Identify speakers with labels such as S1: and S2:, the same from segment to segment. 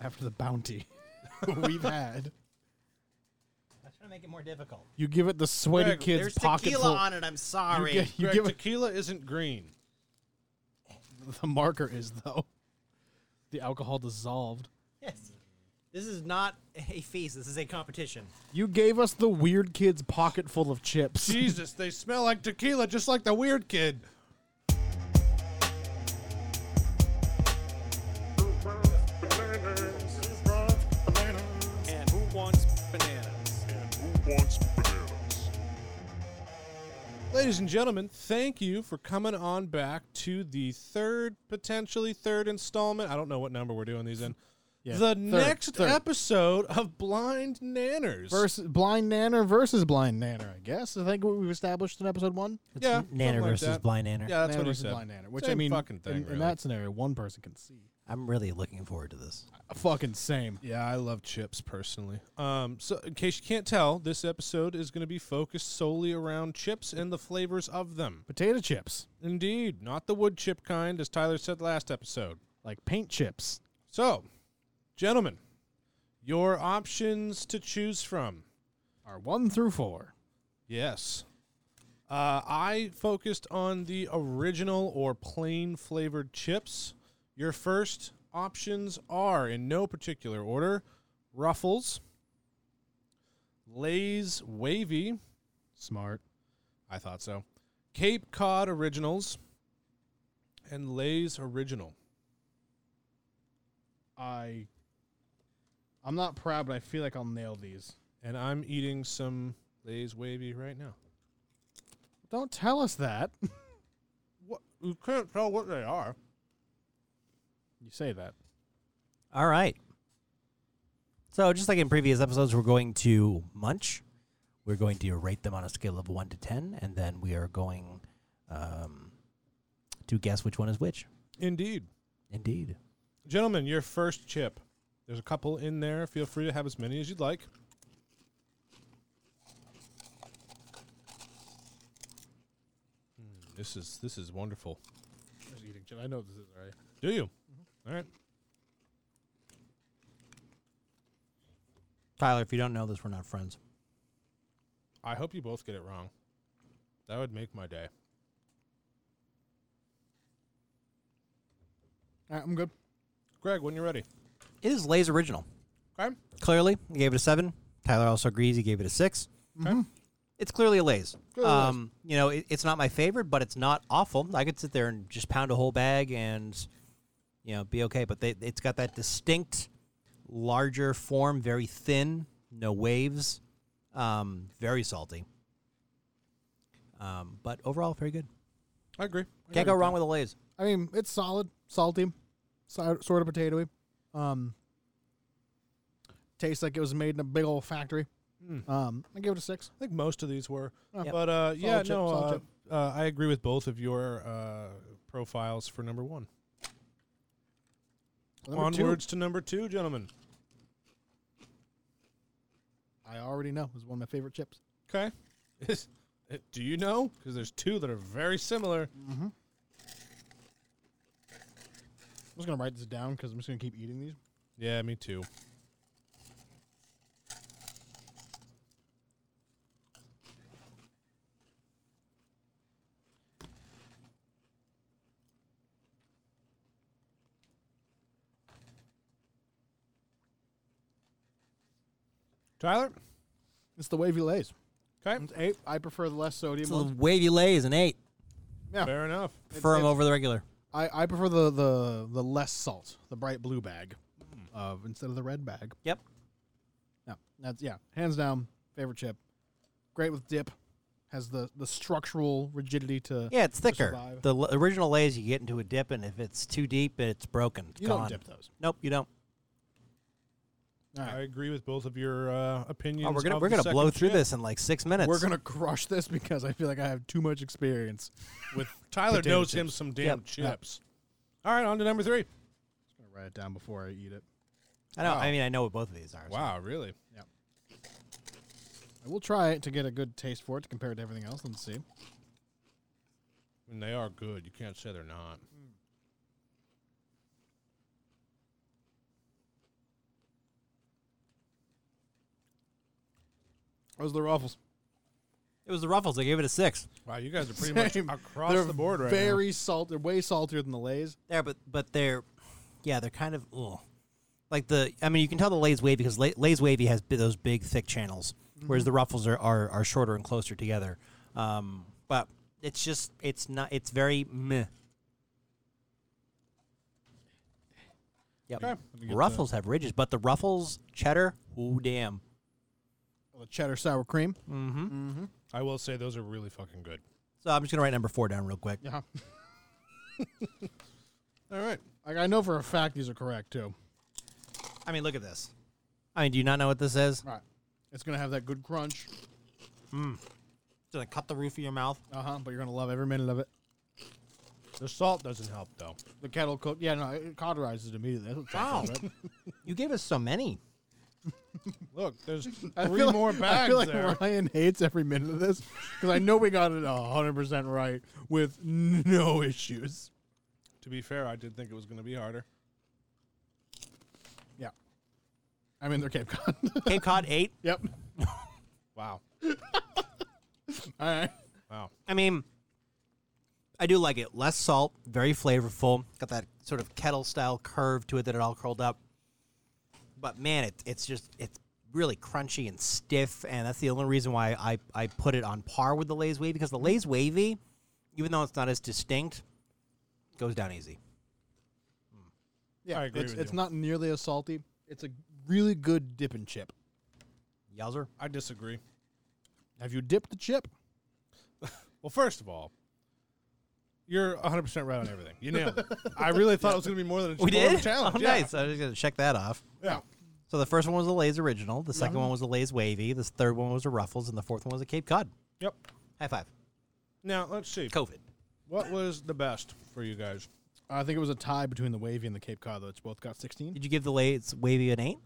S1: after the bounty we've had.
S2: That's gonna make it more difficult.
S1: You give it the sweaty
S3: Greg,
S1: kid's
S2: There's
S1: pocket
S2: tequila
S1: full.
S2: on it. I'm sorry.
S1: You, get- you
S3: Greg,
S1: give it
S3: tequila isn't green.
S1: the marker is though. The alcohol dissolved.
S2: yes. This is not a feast. This is a competition.
S1: You gave us the weird kid's pocket full of chips.
S3: Jesus, they smell like tequila, just like the weird kid.
S4: Who wants
S5: And who wants
S4: bananas? Who wants bananas?
S5: bananas?
S4: And who wants bananas?
S3: Ladies and gentlemen, thank you for coming on back to the third, potentially third installment. I don't know what number we're doing these in.
S1: Yeah,
S3: the
S1: third,
S3: next
S1: third.
S3: episode of Blind Nanners.
S1: versus blind nanner versus blind nanner. I guess I think what we've established in episode one.
S3: yeah, something
S2: Nanner
S3: like
S2: versus
S3: that.
S2: blind nanner.
S3: Yeah, that's
S1: nanner
S3: what he
S1: versus
S3: said.
S1: blind nanner. Which I
S3: Same
S1: mean,
S3: fucking thing.
S1: in, in
S3: really.
S1: that scenario, one person can see.
S2: I'm really looking forward to this.
S1: Fucking same.
S3: Yeah, I love chips personally. Um, so in case you can't tell, this episode is going to be focused solely around chips and the flavors of them.
S1: Potato chips,
S3: Indeed, not the wood chip kind, as Tyler said last episode.
S1: like paint chips.
S3: So, gentlemen, your options to choose from.
S1: are one through four.
S3: Yes. Uh, I focused on the original or plain flavored chips. Your first options are, in no particular order, Ruffles, Lay's Wavy,
S1: Smart.
S3: I thought so, Cape Cod Originals, and Lay's Original.
S1: I. I'm not proud, but I feel like I'll nail these.
S3: And I'm eating some Lay's Wavy right now.
S1: Don't tell us that.
S3: What? You can't tell what they are.
S1: you say that.
S2: All right. So, just like in previous episodes, we're going to munch. We're going to rate them on a scale of 1 to 10, and then we are going um, to guess which one is which.
S3: Indeed.
S2: Indeed.
S3: Gentlemen, your first chip. There's a couple in there. Feel free to have as many as you'd like. Mm, This is this is wonderful.
S1: I'm just eating chip. I know this is right. Mm-hmm.
S3: Do you? All right.
S2: Tyler, if you don't know this, we're not friends.
S3: I hope you both get it wrong. That would make my day.
S1: All right, I'm good.
S3: Greg, when you're ready.
S2: It is Lay's original.
S3: Okay.
S2: Clearly, he gave it a 7. Tyler also agrees. He gave it a 6.
S1: Mhm.
S2: It's clearly a Lay's.
S1: Clearly a Lay's.
S2: um, You know, it, it's not my favorite, but it's not awful. I could sit there and just pound a whole bag and, you know, be okay. But they, it's got that distinct, larger form, very thin, no waves, um, very salty. Um, but overall, very good.
S3: I agree. I
S2: Can't
S3: agree
S2: go
S3: with
S2: wrong
S3: that.
S2: with a Lay's.
S1: I mean, it's solid, salty, si- sort of potatoy. Um, tastes like it was made in a big old factory. Um, I give it a six.
S3: I think most of these were.
S1: Yep.
S3: But uh, yeah,
S1: chip,
S3: no,
S1: solid
S3: uh,
S1: chip.
S3: uh, I agree with both of your uh, profiles for number one.
S1: Number two,
S3: Onwards to number two, gentlemen.
S1: I already know. It's one of my favorite chips.
S3: Okay. Do you know? Because there's two that are very similar.
S1: I'm just gonna write this down because I'm just gonna keep eating these.
S3: Yeah, me too. Tyler? Mm,
S1: It's the wavy lays.
S3: Okay.
S1: It's eight. I prefer the less sodium.
S2: So
S1: one.
S2: the wavy Lay is an 8.
S1: Yeah.
S3: Fair enough.
S2: Firm
S1: it's-
S2: over the regular.
S1: I, I prefer the, the the less salt, the bright blue bag, of instead of the red bag.
S2: Yep.
S1: Yeah, that's yeah, hands down favorite chip. Great with dip, has the the structural rigidity to.
S2: Yeah, it's thicker.
S1: survive.
S2: The l- original Lay's, you get into a dip, and if it's too deep, it's broken. It's
S1: you
S2: gone.
S1: don't dip those.
S2: Nope, you don't.
S1: All
S3: I
S1: right.
S3: agree with both of your uh, opinions.
S2: Oh, we're gonna
S3: of
S2: we're
S3: the
S2: gonna
S3: second
S2: blow through
S3: chip.
S2: this in like six minutes.
S1: We're gonna crush this because I feel like I have too much experience.
S3: With Tyler
S1: Potato
S3: knows him
S1: chips.
S3: some damn
S2: Yep.
S3: chips. All right, on to number three.
S1: I'm gonna write it down before I eat it.
S2: I know.
S3: Wow.
S2: I mean, I know what both of these are. so-
S3: Wow, really?
S1: I will try it to get a good taste for it to compare it to everything else. Let's see.
S3: And they are good. You can't say they're not.
S1: Those are the waffles.
S2: It was the Ruffles. I gave it a six.
S3: Wow, you guys are pretty much
S1: Same.
S3: across
S1: They're
S3: the board right
S1: very salt. They're way saltier than the Lay's.
S2: There, but but they're, yeah, they're kind of ugh. like the. I mean, you can tell the Lay's wavy because Lay, Lay's wavy has bi- those big thick channels,
S3: Mm-hmm.
S2: whereas the Ruffles are, are are shorter and closer together. Um, but it's just it's not it's very meh. Yep.
S3: Okay. Let me get
S2: Ruffles have ridges, but the Ruffles cheddar, ooh damn.
S1: Oh, The cheddar sour cream.
S3: now. I will say those are really fucking good.
S2: So I'm just gonna write number four down real quick.
S1: Yeah.
S3: All right.
S1: Like I know for a fact these are correct too.
S2: I mean, look at this. I mean, do you not know what this is?
S1: Right. It's gonna have that good crunch.
S2: It's gonna cut the roof of your mouth.
S1: Uh huh. But you're gonna love every minute of it.
S3: The salt doesn't help though.
S1: The kettle cooked. Yeah, no, it cauterizes it immediately. That's what
S2: Wow.
S1: chocolate, right?
S2: You gave us so many.
S3: Look, there's
S1: I
S3: three
S1: feel like-
S3: more bags
S1: I feel like
S3: there.
S1: Ryan hates every minute of this because I know we got it hundred percent right with no issues.
S3: To be fair, I did think it was going to be harder.
S1: Yeah. I mean, they're Cape Cod.
S2: Cape Cod eight.
S1: yep.
S3: Wow.
S1: All right.
S3: Wow.
S2: I mean, I do like it. Less salt, very flavorful. Got that sort of kettle style curve to it that it all curled up. But man, it, it's just it's really crunchy and stiff, and that's the only reason why I, I put it on par with the Lay's wavy because the Lay's wavy, even though it's not as distinct, goes down easy.
S1: Yeah,
S3: I agree
S1: it's,
S3: with
S1: it's
S3: you.
S1: not nearly as salty. It's a really good dip and chip.
S2: Yowzer.
S3: I disagree.
S1: Have you dipped the chip?
S3: Well, first of all, you're 100% right on everything. You nailed it. I really thought it was going to be more than a, more of a challenge.
S2: Oh,
S3: yeah.
S2: nice. I was gonna check that off.
S3: Yeah.
S2: So the first one was the Lay's original. The second one was the Lay's wavy. The third one was the Ruffles, and the fourth one was a Cape Cod.
S3: Yep.
S2: High five.
S3: Now, let's see.
S2: COVID.
S3: What was the best for you guys?
S1: I think it was a tie between the wavy and the Cape Cod, though. It's both got 16.
S2: Did you give the Lay's Wavy an 8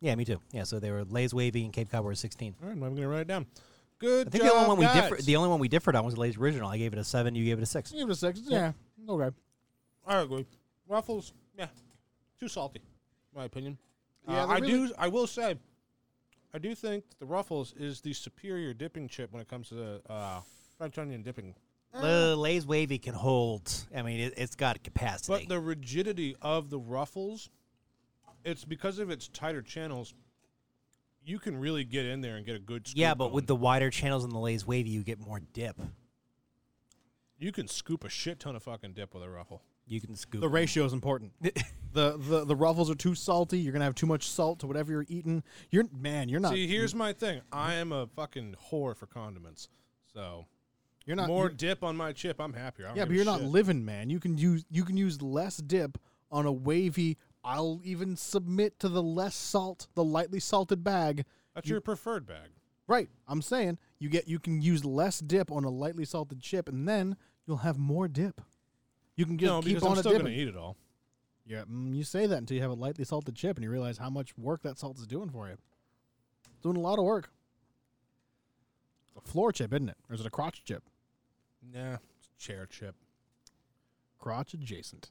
S2: Yeah, me too. Yeah, so they were Lay's Wavy and Cape Cod were a sixteen.
S3: All right, I'm going to write it down. Good
S2: I think
S3: job,
S2: the only one we
S3: guys.
S2: differ, the only one we differed on was Lay's original. I gave it a seven. You gave it a six.
S1: Give it a six. Yeah. Okay.
S3: I agree. Ruffles, yeah, too salty, in my opinion.
S1: Yeah,
S3: Uh,
S1: they're
S3: I
S1: really-
S3: do. I will say, I do think the Ruffles is the superior dipping chip when it comes to uh, French onion dipping.
S2: The Lay's Wavy can hold. I mean, it, it's got capacity.
S3: But the rigidity of the Ruffles, it's because of its tighter channels. You can really get in there and get a good. Scoop
S2: yeah, but
S3: going.
S2: with the wider channels in the Lay's Wavy, you get more dip.
S3: you can scoop a shit ton of fucking dip with a Ruffle.
S2: You can scoop.
S1: The ratio is important. the, the the ruffles are too salty. You're gonna have too much salt to whatever you're eating. You're man. You're not.
S3: See, here's my thing. I am a fucking whore for condiments, so
S1: you're not.
S3: more
S1: you're-
S3: dip on my chip. I'm happier. I don't
S1: yeah,
S3: give
S1: but
S3: a
S1: you're not
S3: shit.
S1: living, man. You can use you can use less dip on a wavy. I'll even submit to the less salt, the lightly salted bag.
S3: That's your preferred bag.
S1: Right. I'm saying you get you can use less dip on a lightly salted chip, and then you'll have more dip. You can just
S3: no,
S1: keep
S3: because
S1: on
S3: I'm
S1: a
S3: still
S1: dipping.
S3: going to eat it all.
S1: Yeah, mm, you say that until you have a lightly salted chip and you realize how much work that salt is doing for you. It's doing a lot of work. It's a floor chip, isn't it? Or is it a crotch chip?
S3: Nah, it's chair chip.
S1: Crotch adjacent.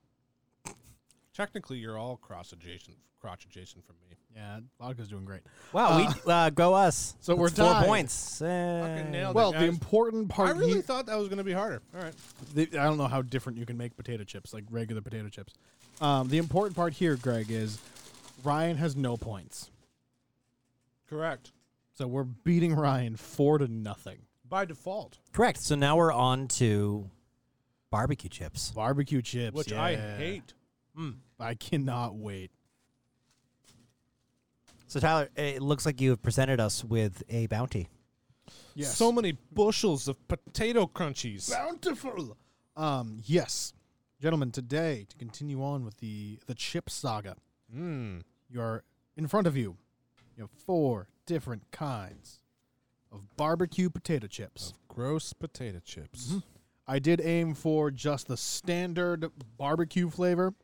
S3: Technically, you're all cross adjacent, crotch adjacent from me.
S1: Yeah, vodka's doing great.
S2: wow, we uh, go us.
S1: so
S2: That's
S1: we're
S2: four
S1: tied.
S2: points. Uh,
S3: nailed
S1: Well,
S3: it,
S1: the
S3: guys.
S1: important part
S3: I really
S1: here,
S3: thought that was going to be harder. All right,
S1: the- I don't know how different you can make potato chips, like regular potato chips. Um, the important part here, Greg, is Ryan has no points.
S3: correct
S1: So we're beating Ryan four to nothing.
S3: by default,
S2: correct. So now we're on to barbecue chips.
S1: Barbecue chips.
S3: which I
S1: yeah.
S3: hate.
S1: I cannot wait.
S2: So Tyler, it looks like you have presented us with a bounty.
S1: Yes.
S3: So many bushels of potato crunchies.
S1: bountiful. Um, yes, gentlemen. Today, to continue on with the the chip saga,
S3: Mm.
S1: you are in front of you. You have four different kinds of barbecue potato chips.
S2: Oh.
S3: Gross potato chips.
S1: Mm-hmm. I did aim for just the standard barbecue flavor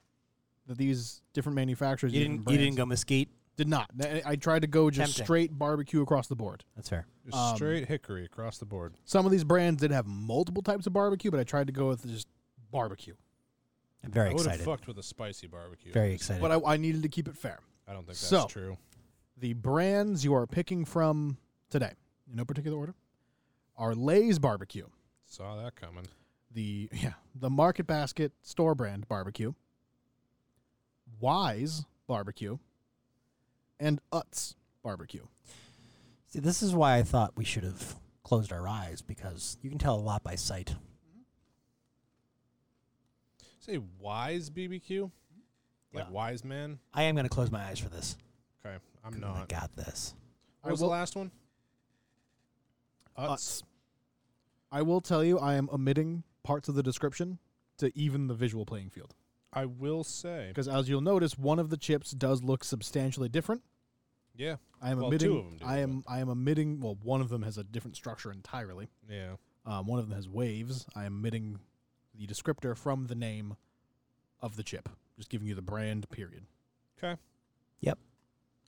S1: that these different manufacturers
S2: You
S1: and
S2: didn't. You
S1: brands-
S2: didn't go mesquite.
S1: Did not. I- I tried to go just
S2: Tempting.
S1: straight barbecue across the board.
S2: That's fair.
S3: Just
S1: Um,
S3: straight hickory across the board.
S1: Some of these brands did have multiple types of barbecue, but I tried to go with just barbecue.
S2: I'm very
S3: I would have
S2: excited.
S3: fucked with a spicy barbecue.
S2: Very excited.
S1: But I, I needed to keep it fair.
S3: I don't think that's
S1: So-
S3: true.
S1: the brands you are picking from today. in no particular order, are Lay's barbecue,
S3: Saw that coming.
S1: the yeah, the Market Basket store brand barbecue, Wise barbecue, and Utz barbecue.
S2: See, this is why I thought we should have closed our eyes because you can tell a lot by sight.
S3: Say wise BBQ, like
S2: Yeah.
S3: wise man.
S2: I am going to close my eyes for this.
S3: Okay, I'm
S2: 'cause I
S3: not.
S2: got this.
S1: I
S3: What was the
S1: will-
S3: last one? Uh, Utz.
S1: I will tell you, I am omitting parts of the description to even the visual playing field.
S3: I will say,
S1: Because as you'll notice, one of the chips does look substantially different.
S3: yeah,
S1: I am
S3: Well,
S1: omitting.
S3: two of 'em do,
S1: I am. I am omitting. Well, one of them has a different structure entirely.
S3: yeah.
S1: Um, one of them has waves. I am omitting the descriptor from the name of the chip. Just giving you the brand. Period.
S3: Okay.
S2: Yep.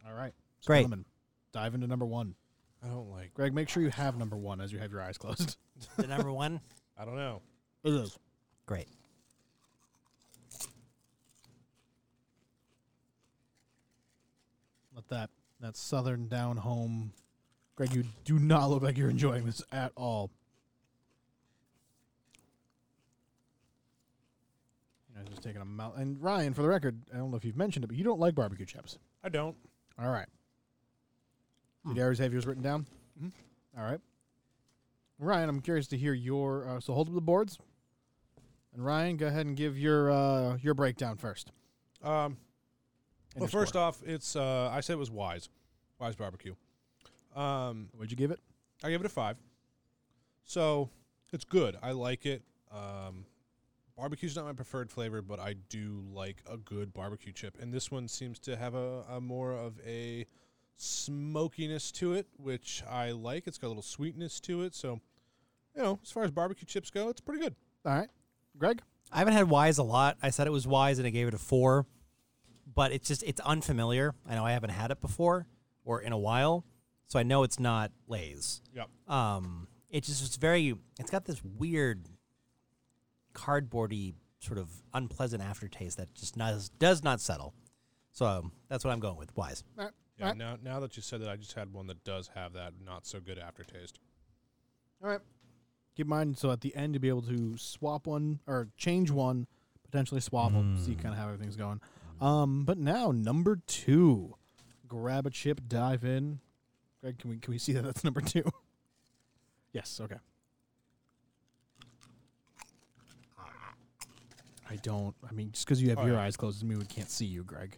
S1: All right. So
S2: Great.
S1: gentlemen, dive into number one.
S3: I don't like.
S1: Greg, make sure you have number one as you have your eyes closed.
S2: The number one,
S3: I don't know.
S1: It is.
S2: great.
S1: Let that that southern down home. Greg, you do not look like you're enjoying this at all. You know, just taking a mouth. And Ryan, for the record, I don't know if you've mentioned it, but you don't like barbecue chips.
S3: I don't.
S1: All right.
S3: Hmm.
S1: Did you always have yours written down?
S3: Mm-hmm.
S1: All right. Ryan, I'm curious to hear your. Uh, so hold up the boards. And Ryan, go ahead and give your uh, your breakdown first.
S3: Um,
S1: and
S3: well,
S1: your
S3: first
S1: score.
S3: off, it's uh, I said it was wise, wise barbecue. Um,
S1: what'd you give it?
S3: I give it a five. So it's good. I like it. Um, barbecue's not my preferred flavor, but I do like a good barbecue chip, and this one seems to have a, a more of a smokiness to it, which I like. It's got a little sweetness to it, so you know, as far as barbecue chips go, it's pretty good.
S1: All right, Greg.
S2: I haven't had Wise a lot. I said it was Wise and I gave it a four, but it's just it's unfamiliar. I know I haven't had it before or in a while, so I know it's not Lay's.
S3: Yep.
S2: Um, it just it's very it's got this weird cardboardy sort of unpleasant aftertaste that just not, does not settle. So um, that's what I'm going with. Wise.
S1: All right.
S3: Yeah.
S1: all right.
S3: Now, now that you said that, I just had one that does have that not so good aftertaste.
S1: All right. Keep in mind, so at the end, you'll be able to swap one or change one, potentially swap them, see kind of how everything's going. Um, but now number two, grab a chip, dive in. Greg, can we can we see that that's number two? yes. Okay. I don't. I mean, just because you have
S3: Oh,
S1: your
S3: yeah.
S1: eyes closed doesn't mean we can't see you, Greg.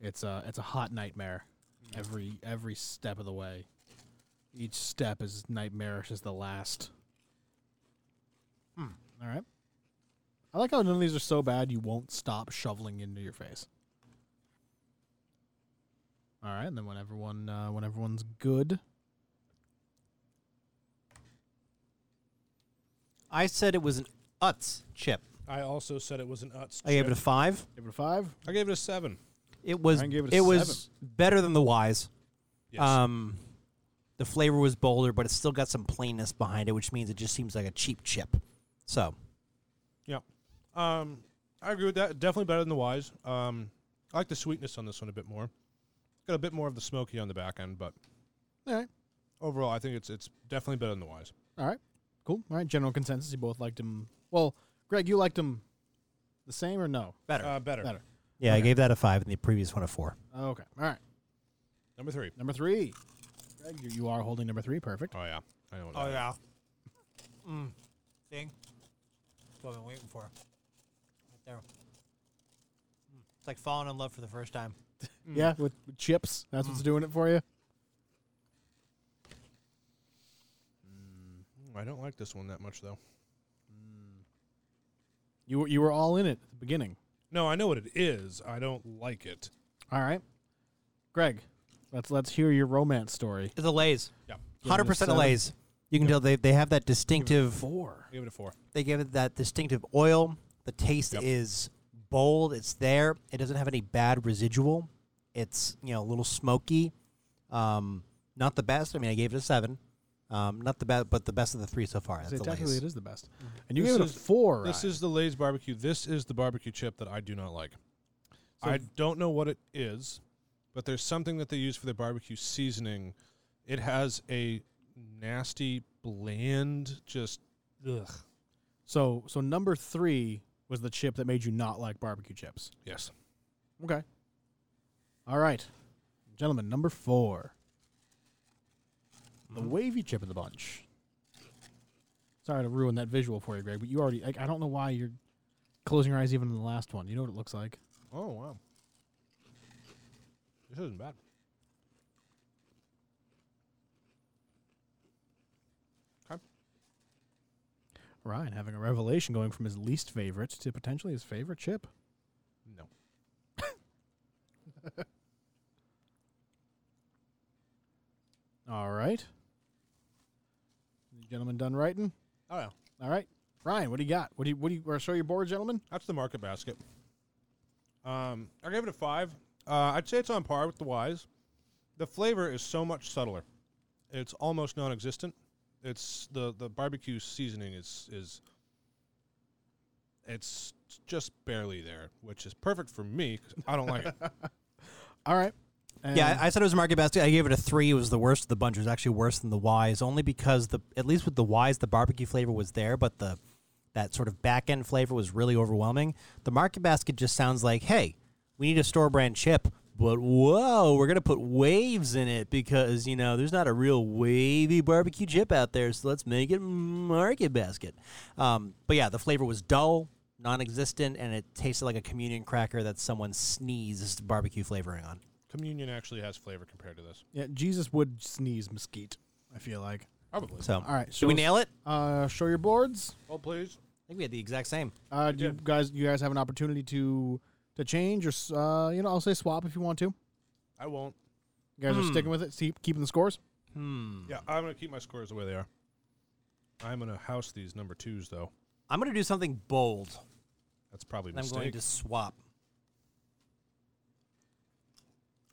S1: It's a it's a hot nightmare. Every every step of the way, each step is nightmarish as the last. All right. I like how none of these are so bad you won't stop shoveling into your face. All right, and then when everyone uh, when everyone's good,
S2: I said it was an Utz chip.
S3: I also said it was an Utz.
S2: I gave it a
S3: chip.
S2: five.
S1: give it a five.
S3: I gave it a seven.
S2: It was
S1: I gave it
S2: it,
S1: a
S2: was better than the Wise.
S3: Yes.
S2: Um, the flavor was bolder, but it's still got some plainness behind it, which means it just seems like a cheap chip. So
S3: Yeah. Um, I agree with that. Definitely better than the Wise. Um, I like the sweetness on this one a bit more. Got a bit more of the smoky on the back end, but
S1: All right,
S3: overall, I think it's it's definitely better than the Wise.
S1: all right, cool. All right, general consensus. You both liked him. Well, Greg, you liked him the same or no?
S2: better.
S3: Uh, better.
S1: Better.
S2: yeah, I gave that a five, and the previous one a four.
S1: Okay. All right.
S3: Number three.
S1: Number three. Greg, you, you are holding number three. Perfect.
S3: Oh yeah, I know. What that
S2: yeah. Mm. Thing. That's what I've been waiting for. Right there. Mm. It's like falling in love for the first time.
S1: Yeah, with, with chips. That's what's doing it for you.
S3: is. I don't like this one that much though.
S1: You were you were all in it at the beginning.
S3: No, I know what it is. I don't like it.
S1: All right, Greg. Let's let's hear your romance story.
S2: It's a Lay's.
S3: Yeah.
S1: Give it a
S2: Hundred percent a
S1: seven.
S2: Lay's. You can tell they, they have that distinctive
S1: Four.
S3: I Give it a four.
S2: they give it that distinctive oil. The taste
S3: Yep.
S2: is bold. It's there. It doesn't have any bad residual. It's you know a little smoky. Um, not the best. I mean, I gave it a seven. Um, not the best, but the best of the three so far.
S1: I'd
S2: That's
S1: say
S2: the
S1: technically,
S2: Lay's.
S1: it is the best. And you
S3: This
S1: gave it a
S3: is-
S1: four.
S3: This
S1: Ryan.
S3: is the Lay's barbecue. This is the barbecue chip that I do not like. I don't know what it is, but there's something that they use for their barbecue seasoning. It has a nasty, bland, just ugh.
S1: So so number three was the chip that made you not like barbecue chips.
S3: Yes.
S1: Okay. All right, gentlemen. Number four, the wavy chip of the bunch. Sorry to ruin that visual for you, Greg, but you already. Like, I don't know why you're closing your eyes even in the last one. You know what it looks like.
S3: Oh wow. This isn't bad.
S1: Ryan having a revelation going from his least favorite to potentially his favorite chip.
S3: No.
S1: All right. Gentlemen done writing?
S3: Oh yeah.
S1: All right. Ryan, what do you got? What do you what do you or show your board, gentlemen?
S3: That's the market basket. Um, I gave it a five. Uh, I'd say it's on par with the Wise. The flavor is so much subtler. It's almost non-existent. It's the the barbecue seasoning is is it's just barely there, which is perfect for me 'cause I don't like it.
S1: All right. And
S2: Yeah, I I said it was a market basket. I gave it a three. It was the worst of the bunch. It was actually worse than the Y's, only because the at least with the Y's, the barbecue flavor was there, but the that sort of back end flavor was really overwhelming. The market basket just sounds like, hey, we need a store brand chip, but whoa, we're gonna put waves in it because you know there's not a real wavy barbecue chip out there, so let's make it market basket. Um, but yeah, the flavor was dull, non-existent, and it tasted like a communion cracker that someone sneezed barbecue flavoring on.
S3: Communion actually has flavor compared to this.
S1: yeah, Jesus would sneeze mesquite, I feel like.
S3: Probably.
S2: So,
S1: All right,
S2: should we
S1: so-
S2: nail it?
S1: Uh show your boards.
S3: Oh please.
S2: I think we had the exact same.
S1: Uh do you guys you guys have an opportunity to to change or s- uh you know, I'll say swap if you want to. You
S3: I won't.
S1: guys
S2: Hmm.
S1: are sticking with it, see, keeping the scores.
S2: Mm.
S3: Yeah, I'm gonna keep my scores the way they are. I'm gonna house these number twos though.
S2: I'm going to do something bold.
S3: That's probably a
S2: and I'm
S3: mistake.
S2: going to swap.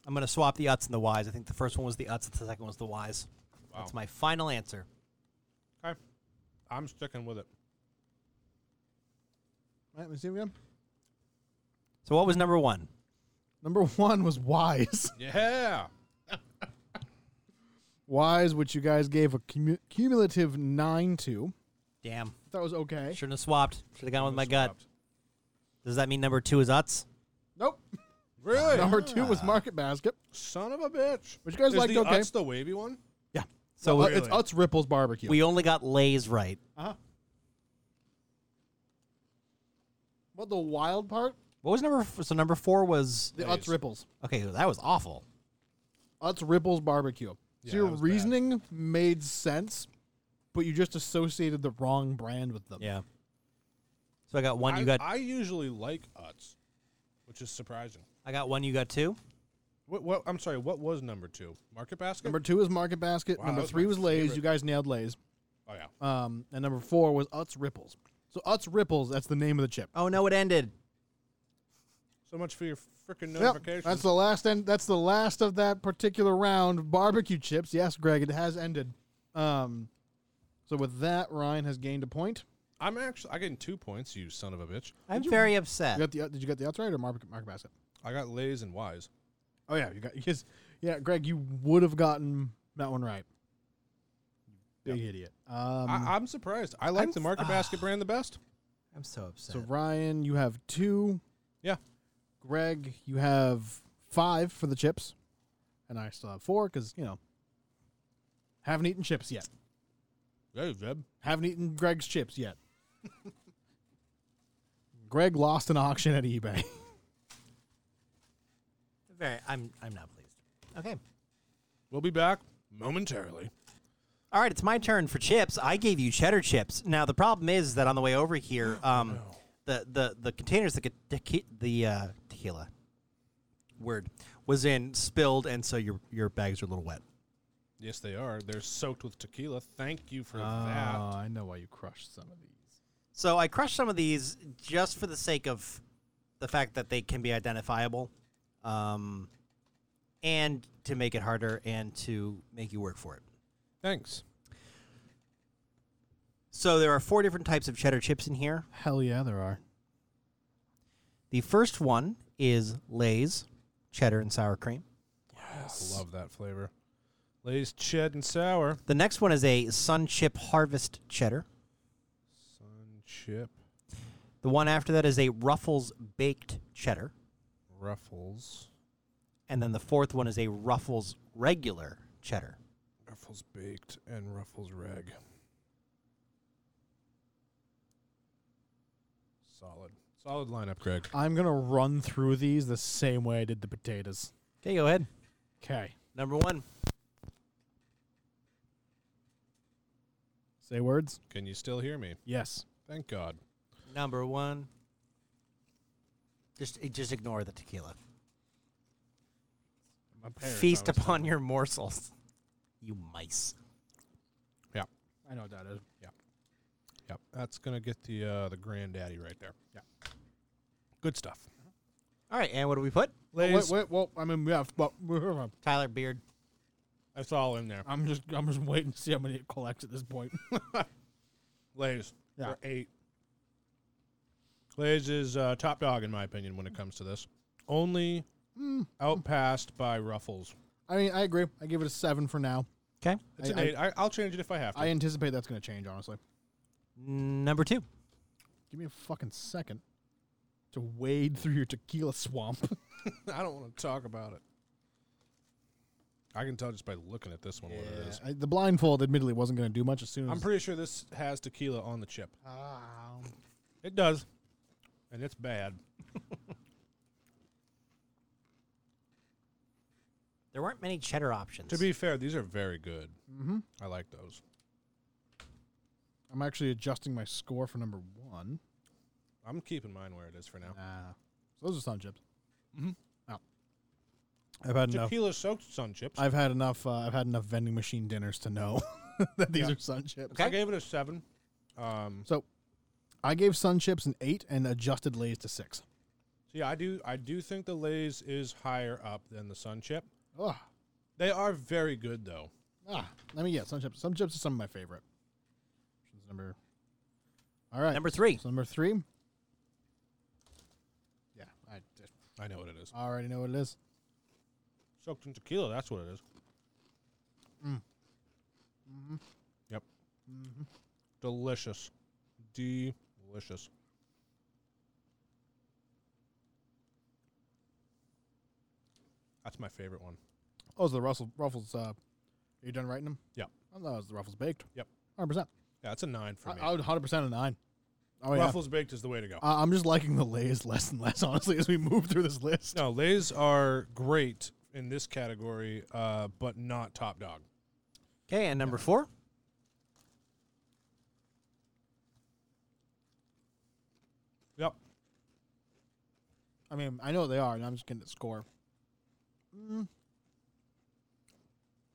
S2: I'm going to swap the uts and the whys. I think the first one was the uts, the second was the whys. That's my final answer.
S3: Okay. I'm sticking with it.
S1: All right, let's see again.
S2: So, what was number one?
S1: Number 1 was wise.
S3: Yeah.
S1: wise which you guys gave a cumu- cumulative 9 to.
S2: Damn.
S1: That was okay.
S2: Shouldn't have swapped. Should have gone with Oh my gut. Does that mean number two is uts?
S1: Nope.
S3: Really?
S1: Number 2 was
S2: Ah.
S1: market basket.
S3: Son of a bitch.
S1: Which you guys
S3: Is
S1: liked
S3: the
S1: okay.
S3: Utz the wavy one?
S1: Yeah.
S2: So,
S3: Oh,
S1: Uh,
S2: we-
S1: it's Utz Ripples barbecue.
S2: we only got lays right.
S1: But the wild part,
S2: What was number f- So, number four was.
S1: the
S3: Lays.
S1: Utz Ripples.
S2: Okay, that was awful.
S1: Utz Ripples barbecue.
S3: Yeah,
S1: So your
S3: that was bad.
S1: reasoning made sense, but you just associated the wrong brand with them.
S2: Yeah. So, I got one,
S3: I,
S2: you got.
S3: I usually like Utz, which is surprising.
S2: I got one, you got two.
S3: What, what, I'm sorry, what was number two? Market Basket?
S1: Number two is Market Basket.
S3: Wow,
S1: number
S3: that was
S1: three
S3: my
S1: was Lay's.
S3: favorite.
S1: You guys nailed Lay's.
S3: oh, yeah.
S1: Um, and number four was Utz Ripples. So Utz Ripples, that's the name of the
S3: Uh,
S1: chip.
S2: Oh, no, it ended.
S3: So much for your freaking
S1: Yep,
S3: notifications.
S1: that's the last end. That's the last of that particular round. Barbecue chips. Yes, Greg, it has ended. Um, so with that, Ryan has gained a point.
S3: I'm actually, I getting two points, you son of a bitch.
S2: I'm very upset.
S1: You got the, did you get the Utz right or Market, market Basket?
S3: I got Lays and Wise.
S1: Oh yeah, you got yes, yeah, Greg, you would have gotten that one right. Big idiot. Um,
S3: I, I'm surprised. I like
S2: I'm
S3: the
S2: f-
S3: Market Basket brand the best.
S2: I'm so upset.
S1: so Ryan, you have two.
S3: Yeah.
S1: Greg, you have five for the chips, and I still have four because you know haven't eaten chips yet.
S3: Hey, Zeb.
S1: Haven't eaten Greg's chips yet. Greg lost an auction at eBay.
S2: Very. I'm. I'm not pleased. Okay.
S3: We'll be back momentarily.
S2: All right. It's my turn for chips. I gave you cheddar chips. Now the problem is that on the way over here, um, the the the containers that get tequi- the uh, tequila word was in spilled, and so your your bags are a little wet.
S3: Yes, they are. They're soaked with tequila. Thank you for
S1: Oh,
S3: that.
S1: I know why you crushed some of these.
S2: So I crushed some of these just for the sake of the fact that they can be identifiable, um, and to make it harder and to make you work for it.
S3: Thanks.
S2: So there are four different types of cheddar chips in here.
S1: Hell yeah, there are.
S2: The first one is Lay's cheddar and sour cream.
S3: Love that flavor. Lay's Ched and Sour.
S2: The next one is a Sun Chip Harvest Cheddar.
S3: Sun Chip
S2: The one after that is a Ruffles Baked Cheddar.
S3: Ruffles.
S2: And then the fourth one is a Ruffles Regular Cheddar.
S3: Ruffles Baked and Ruffles Reg. Solid. Solid lineup, Greg.
S1: I'm gonna run through these the same way I did the potatoes.
S2: Okay, go ahead.
S1: Okay.
S2: Number one.
S1: Say words.
S3: Can you still hear me?
S1: Yes.
S3: Thank God.
S2: Number one. Just eh, just ignore the tequila.
S3: My parents
S2: Feast
S3: always
S2: upon your morsels, you mice.
S1: I know what that is. Oh,
S3: tell- Yep. That's gonna get the uh, the granddaddy right there. Yeah. Good stuff.
S2: All right, and what do we put?
S1: Oh, wait,
S3: Lay's.
S1: wait, well, I mean, yeah, but
S2: Tyler Beard.
S3: That's all in there.
S1: I'm just, I'm just waiting to see how many it collects at this point.
S3: Lay's.
S1: Yeah.
S3: For eight. Lay's is uh, top dog in my opinion when it comes to this. Only Hmm. outpassed by Ruffles.
S1: I mean, I agree. I give it a seven for now.
S2: Okay.
S3: It's
S1: I-
S3: an
S1: I-
S3: eight. I, I'll change it if I have to.
S1: I anticipate that's gonna change, honestly.
S2: Number two.
S1: Give me a fucking second to wade through your tequila swamp.
S3: I don't want to talk about it. I can tell just by looking at this one what it is.
S1: I, the blindfold, admittedly, wasn't gonna do much. As soon as
S3: I'm pretty sure this has tequila on the chip.
S1: Ah.
S3: It does. And it's bad.
S2: There weren't many cheddar options.
S3: To be fair, these are very good. Mm-hmm. I like those.
S1: I'm actually adjusting my score for number one.
S3: I'm keeping mine where it is for now.
S1: Ah, so those are sun chips. Mm-hmm. Oh. I've had enough.
S3: Tequila soaked sun chips.
S1: I've had enough. Uh, I've had enough vending machine dinners to know that these
S3: Yeah.
S1: are sun chips.
S3: I gave it a seven. Um,
S1: So, I gave sun chips an eight and adjusted Lay's to six.
S3: so yeah, I do. I do think the Lay's is higher up than the sun chip.
S1: Ugh.
S3: They are very good though.
S1: Oh, Ah, I mean, yeah, sun chips. Sun chips are some of my favorite. Which is Number. All right.
S2: Number three.
S1: So number three. Yeah, I just
S3: I know what it is.
S1: already know what it is.
S3: Soaked in tequila. That's what it is.
S1: Mm.
S3: Mm-hmm. Yep.
S1: Mm-hmm.
S3: Delicious. Delicious. That's my favorite one.
S1: Oh, is the Russell Ruffles? Uh, are you done writing them?
S3: Yeah.
S1: I thought it was the Ruffles baked.
S3: Yep.
S1: Hundred percent.
S3: Yeah, it's a nine for me.
S1: I would hundred percent a nine. Oh yeah. Uh,
S3: Ruffles baked is the way to go.
S1: I- I'm just liking the Lay's less and less, honestly, as we move through this list.
S3: no, Lay's are great in this category, uh, but not top dog.
S2: Okay, and number four.
S3: Yep.
S1: I mean, I know what they are, and I'm just getting the score.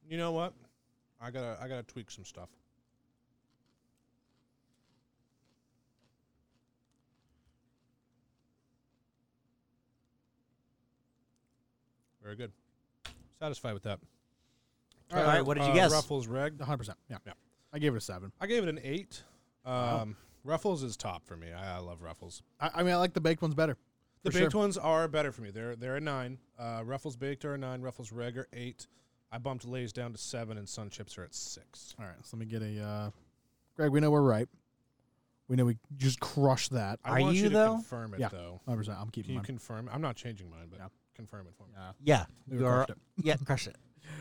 S3: You know what? I gotta I gotta tweak some stuff. Very good. Satisfied with that. uh,
S2: All right, what did you guess?
S3: Ruffles Reg.
S1: 100%. Yeah.
S3: Yeah.
S1: I gave it a seven.
S3: I gave it an eight. Um, Ruffles is top for me. I, I love Ruffles.
S1: I, I mean, I like the baked ones better.
S3: The
S1: For
S3: baked ones are better for me. They're they're a nine. Uh, Ruffles baked are a nine. Ruffles Reg are eight. I bumped Lay's down to seven, and Sun Chips are at six.
S1: All right, so let me get a. Uh, Greg, we know we're right. We know we just crushed that.
S3: I
S2: Are
S3: want
S2: you,
S3: you, to
S2: though?
S3: confirm it
S1: Yeah.
S3: though.
S1: 100%. I'm keeping
S3: Can you
S1: mine.
S3: confirm? I'm not changing mine, but
S1: Yeah.
S3: confirm it for me.
S1: Yeah.
S2: Yeah.
S1: We
S2: you are-
S1: crushed it.
S2: yeah, crush it.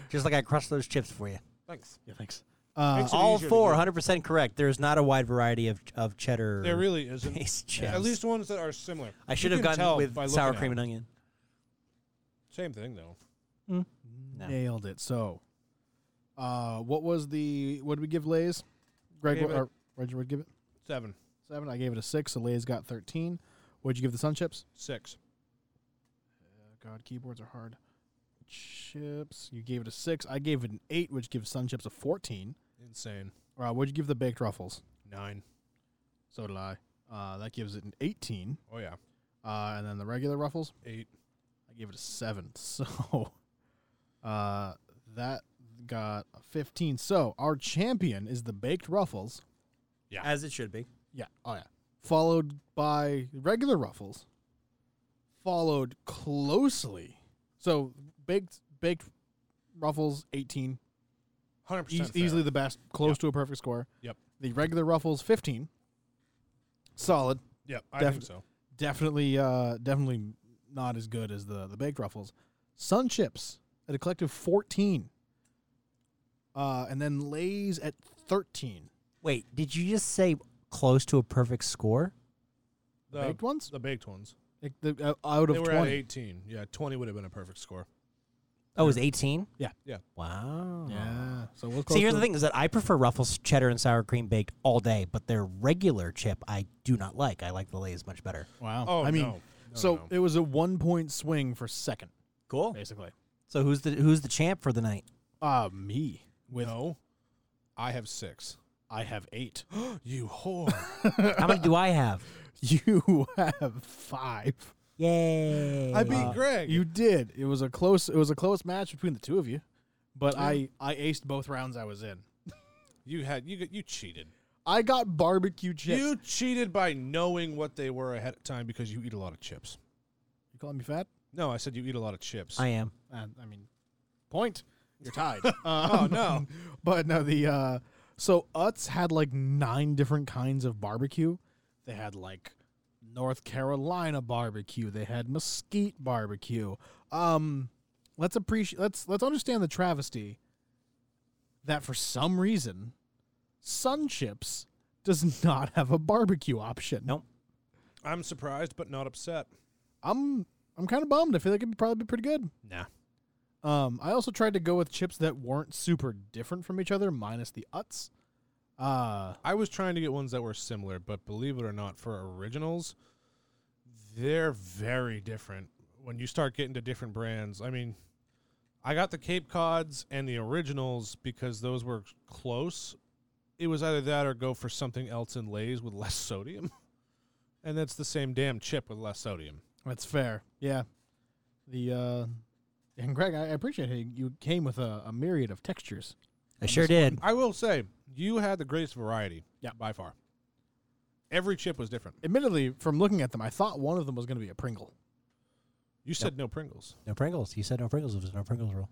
S2: Just like I crushed those chips for you.
S3: Thanks.
S1: Yeah, thanks. Uh,
S3: Makes it
S2: All
S3: easier to
S2: four,
S3: do.
S2: 100% correct. There's not a wide variety of, of cheddar
S3: There really isn't.
S2: based chips.
S3: At least ones that are similar.
S2: I
S3: You
S2: should have
S3: can tell
S2: gone with
S3: by
S2: sour
S3: looking at
S2: cream
S3: it.
S2: and onion.
S3: Same thing though.
S2: No.
S1: nailed it. So, uh, what was the. What did we give Lay's? Greg,
S3: Gave
S1: what,
S3: it-
S1: or, what'd you give it?
S3: Seven,
S1: Seven. I gave it a six. So Lay's got 13. What'd you give the Sun Chips?
S3: six.
S1: God, keyboards are hard. Chips, you gave it a six. I gave it an eight, which gives Sun Chips a fourteen.
S3: Insane.
S1: Or uh, what'd you give the baked ruffles?
S3: Nine.
S1: So did I. Uh, that gives it an eighteen.
S3: Oh yeah.
S1: Uh, and then the regular ruffles,
S3: Eight.
S1: I gave it a seven. So, uh, that got a fifteen. So our champion is the baked ruffles.
S2: As it should be.
S1: Yeah. Oh yeah. Followed by regular ruffles. Followed closely. So baked baked ruffles eighteen.
S3: Hundred
S1: E-
S3: percent.
S1: easily the best, close to a perfect score.
S3: Yep.
S1: The regular ruffles, fifteen. Solid.
S3: Yep. I
S1: Def-
S3: think so.
S1: Definitely, uh, definitely not as good as the the baked ruffles. Sun chips at a collective fourteen. Uh, and then Lay's at thirteen.
S2: Wait, did you just say close to a perfect score?
S1: The baked ones?
S3: The baked ones.
S1: Like the, uh, out of
S3: They were at
S1: twenty.
S3: eighteen. Yeah, twenty would have been a perfect score.
S2: Oh, it was 18?
S1: Yeah.
S3: Yeah.
S2: Wow.
S3: Oh.
S1: Yeah. So we'll
S2: See, here's the thing is that I prefer Ruffles cheddar and sour cream baked all day, but their regular chip I do not like. I like the Lay's much better.
S1: Wow.
S3: Oh,
S1: I mean,
S3: no. No,
S1: so
S3: no.
S1: it was a one point swing for second,
S2: Cool.
S1: basically.
S2: So who's the who's the champ for the night?
S1: Uh, me. With
S3: no, I have six.
S1: I have eight.
S3: You whore.
S2: How many do I have?
S1: you have five.
S2: Yay!
S3: I beat Greg.
S1: uh, You did. It was a close. It was a close match between the two of you, but I I aced both rounds I was in.
S3: you had you got you cheated.
S1: I got barbecue chips.
S3: You cheated by knowing what they were ahead of time because you eat a lot of chips.
S1: You calling me fat?
S3: No, I said you eat a lot of chips.
S2: I am.
S1: Uh, I mean, point. You're tied.
S3: oh no.
S1: But no, the uh so Utz had like nine different kinds of barbecue. They had like North Carolina barbecue. They had mesquite barbecue. Um let's appreciate let's let's understand the travesty that for some reason Sun Chips does not have a barbecue option.
S2: Nope.
S3: I'm surprised but not upset.
S1: I'm I'm kind of bummed. I feel like it'd probably be pretty good.
S3: Nah.
S1: Um, I also tried to go with chips that weren't super different from each other, minus the Utz. Uh,
S3: I was trying to get ones that were similar, but believe it or not, for originals, they're very different. When you start getting to different brands, I mean, I got the Cape Cods and the originals because those were close. It was either that or go for something else in Lay's with less sodium. And that's the same damn chip with less sodium.
S1: That's fair. Yeah. The uh and Greg, I I appreciate how you came with a, a myriad of textures.
S2: I sure did.
S3: I will say, you had the greatest variety
S1: Yeah.
S3: by far. Every chip was different.
S1: Admittedly, from looking at them, I thought one of them was going to be a Pringle.
S3: You said no Pringles.
S2: No Pringles. You said no Pringles. It was no Pringles rule.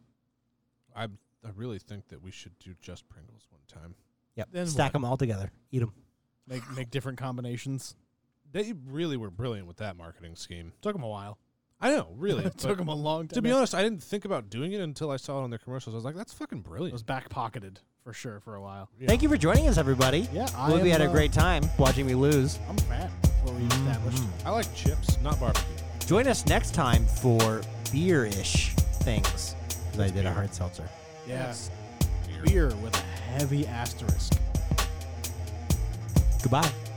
S3: I, I really think that we should do just Pringles one time.
S2: Yep.
S1: Then
S2: Stack them all together. Eat them.
S1: Make make different combinations.
S3: They really were brilliant with that marketing scheme.
S1: Took them a while.
S3: I know, really.
S1: It took
S3: but
S1: them a long time.
S3: to be honest, I didn't think about doing it until I saw it on their commercials. I was like, that's fucking
S1: it was
S3: brilliant.
S1: back pocketed for sure for a while.
S2: Thank you for joining us, everybody.
S1: Yeah, I
S2: I hope you
S1: am,
S2: had a
S1: uh,
S2: great time watching me lose.
S1: I'm fat. That's what we established.
S3: I like chips, not barbecue.
S2: Join us next time for beer-ish things. 'cause I did a hard seltzer.
S1: Yes. Beer with a heavy asterisk.
S2: Goodbye.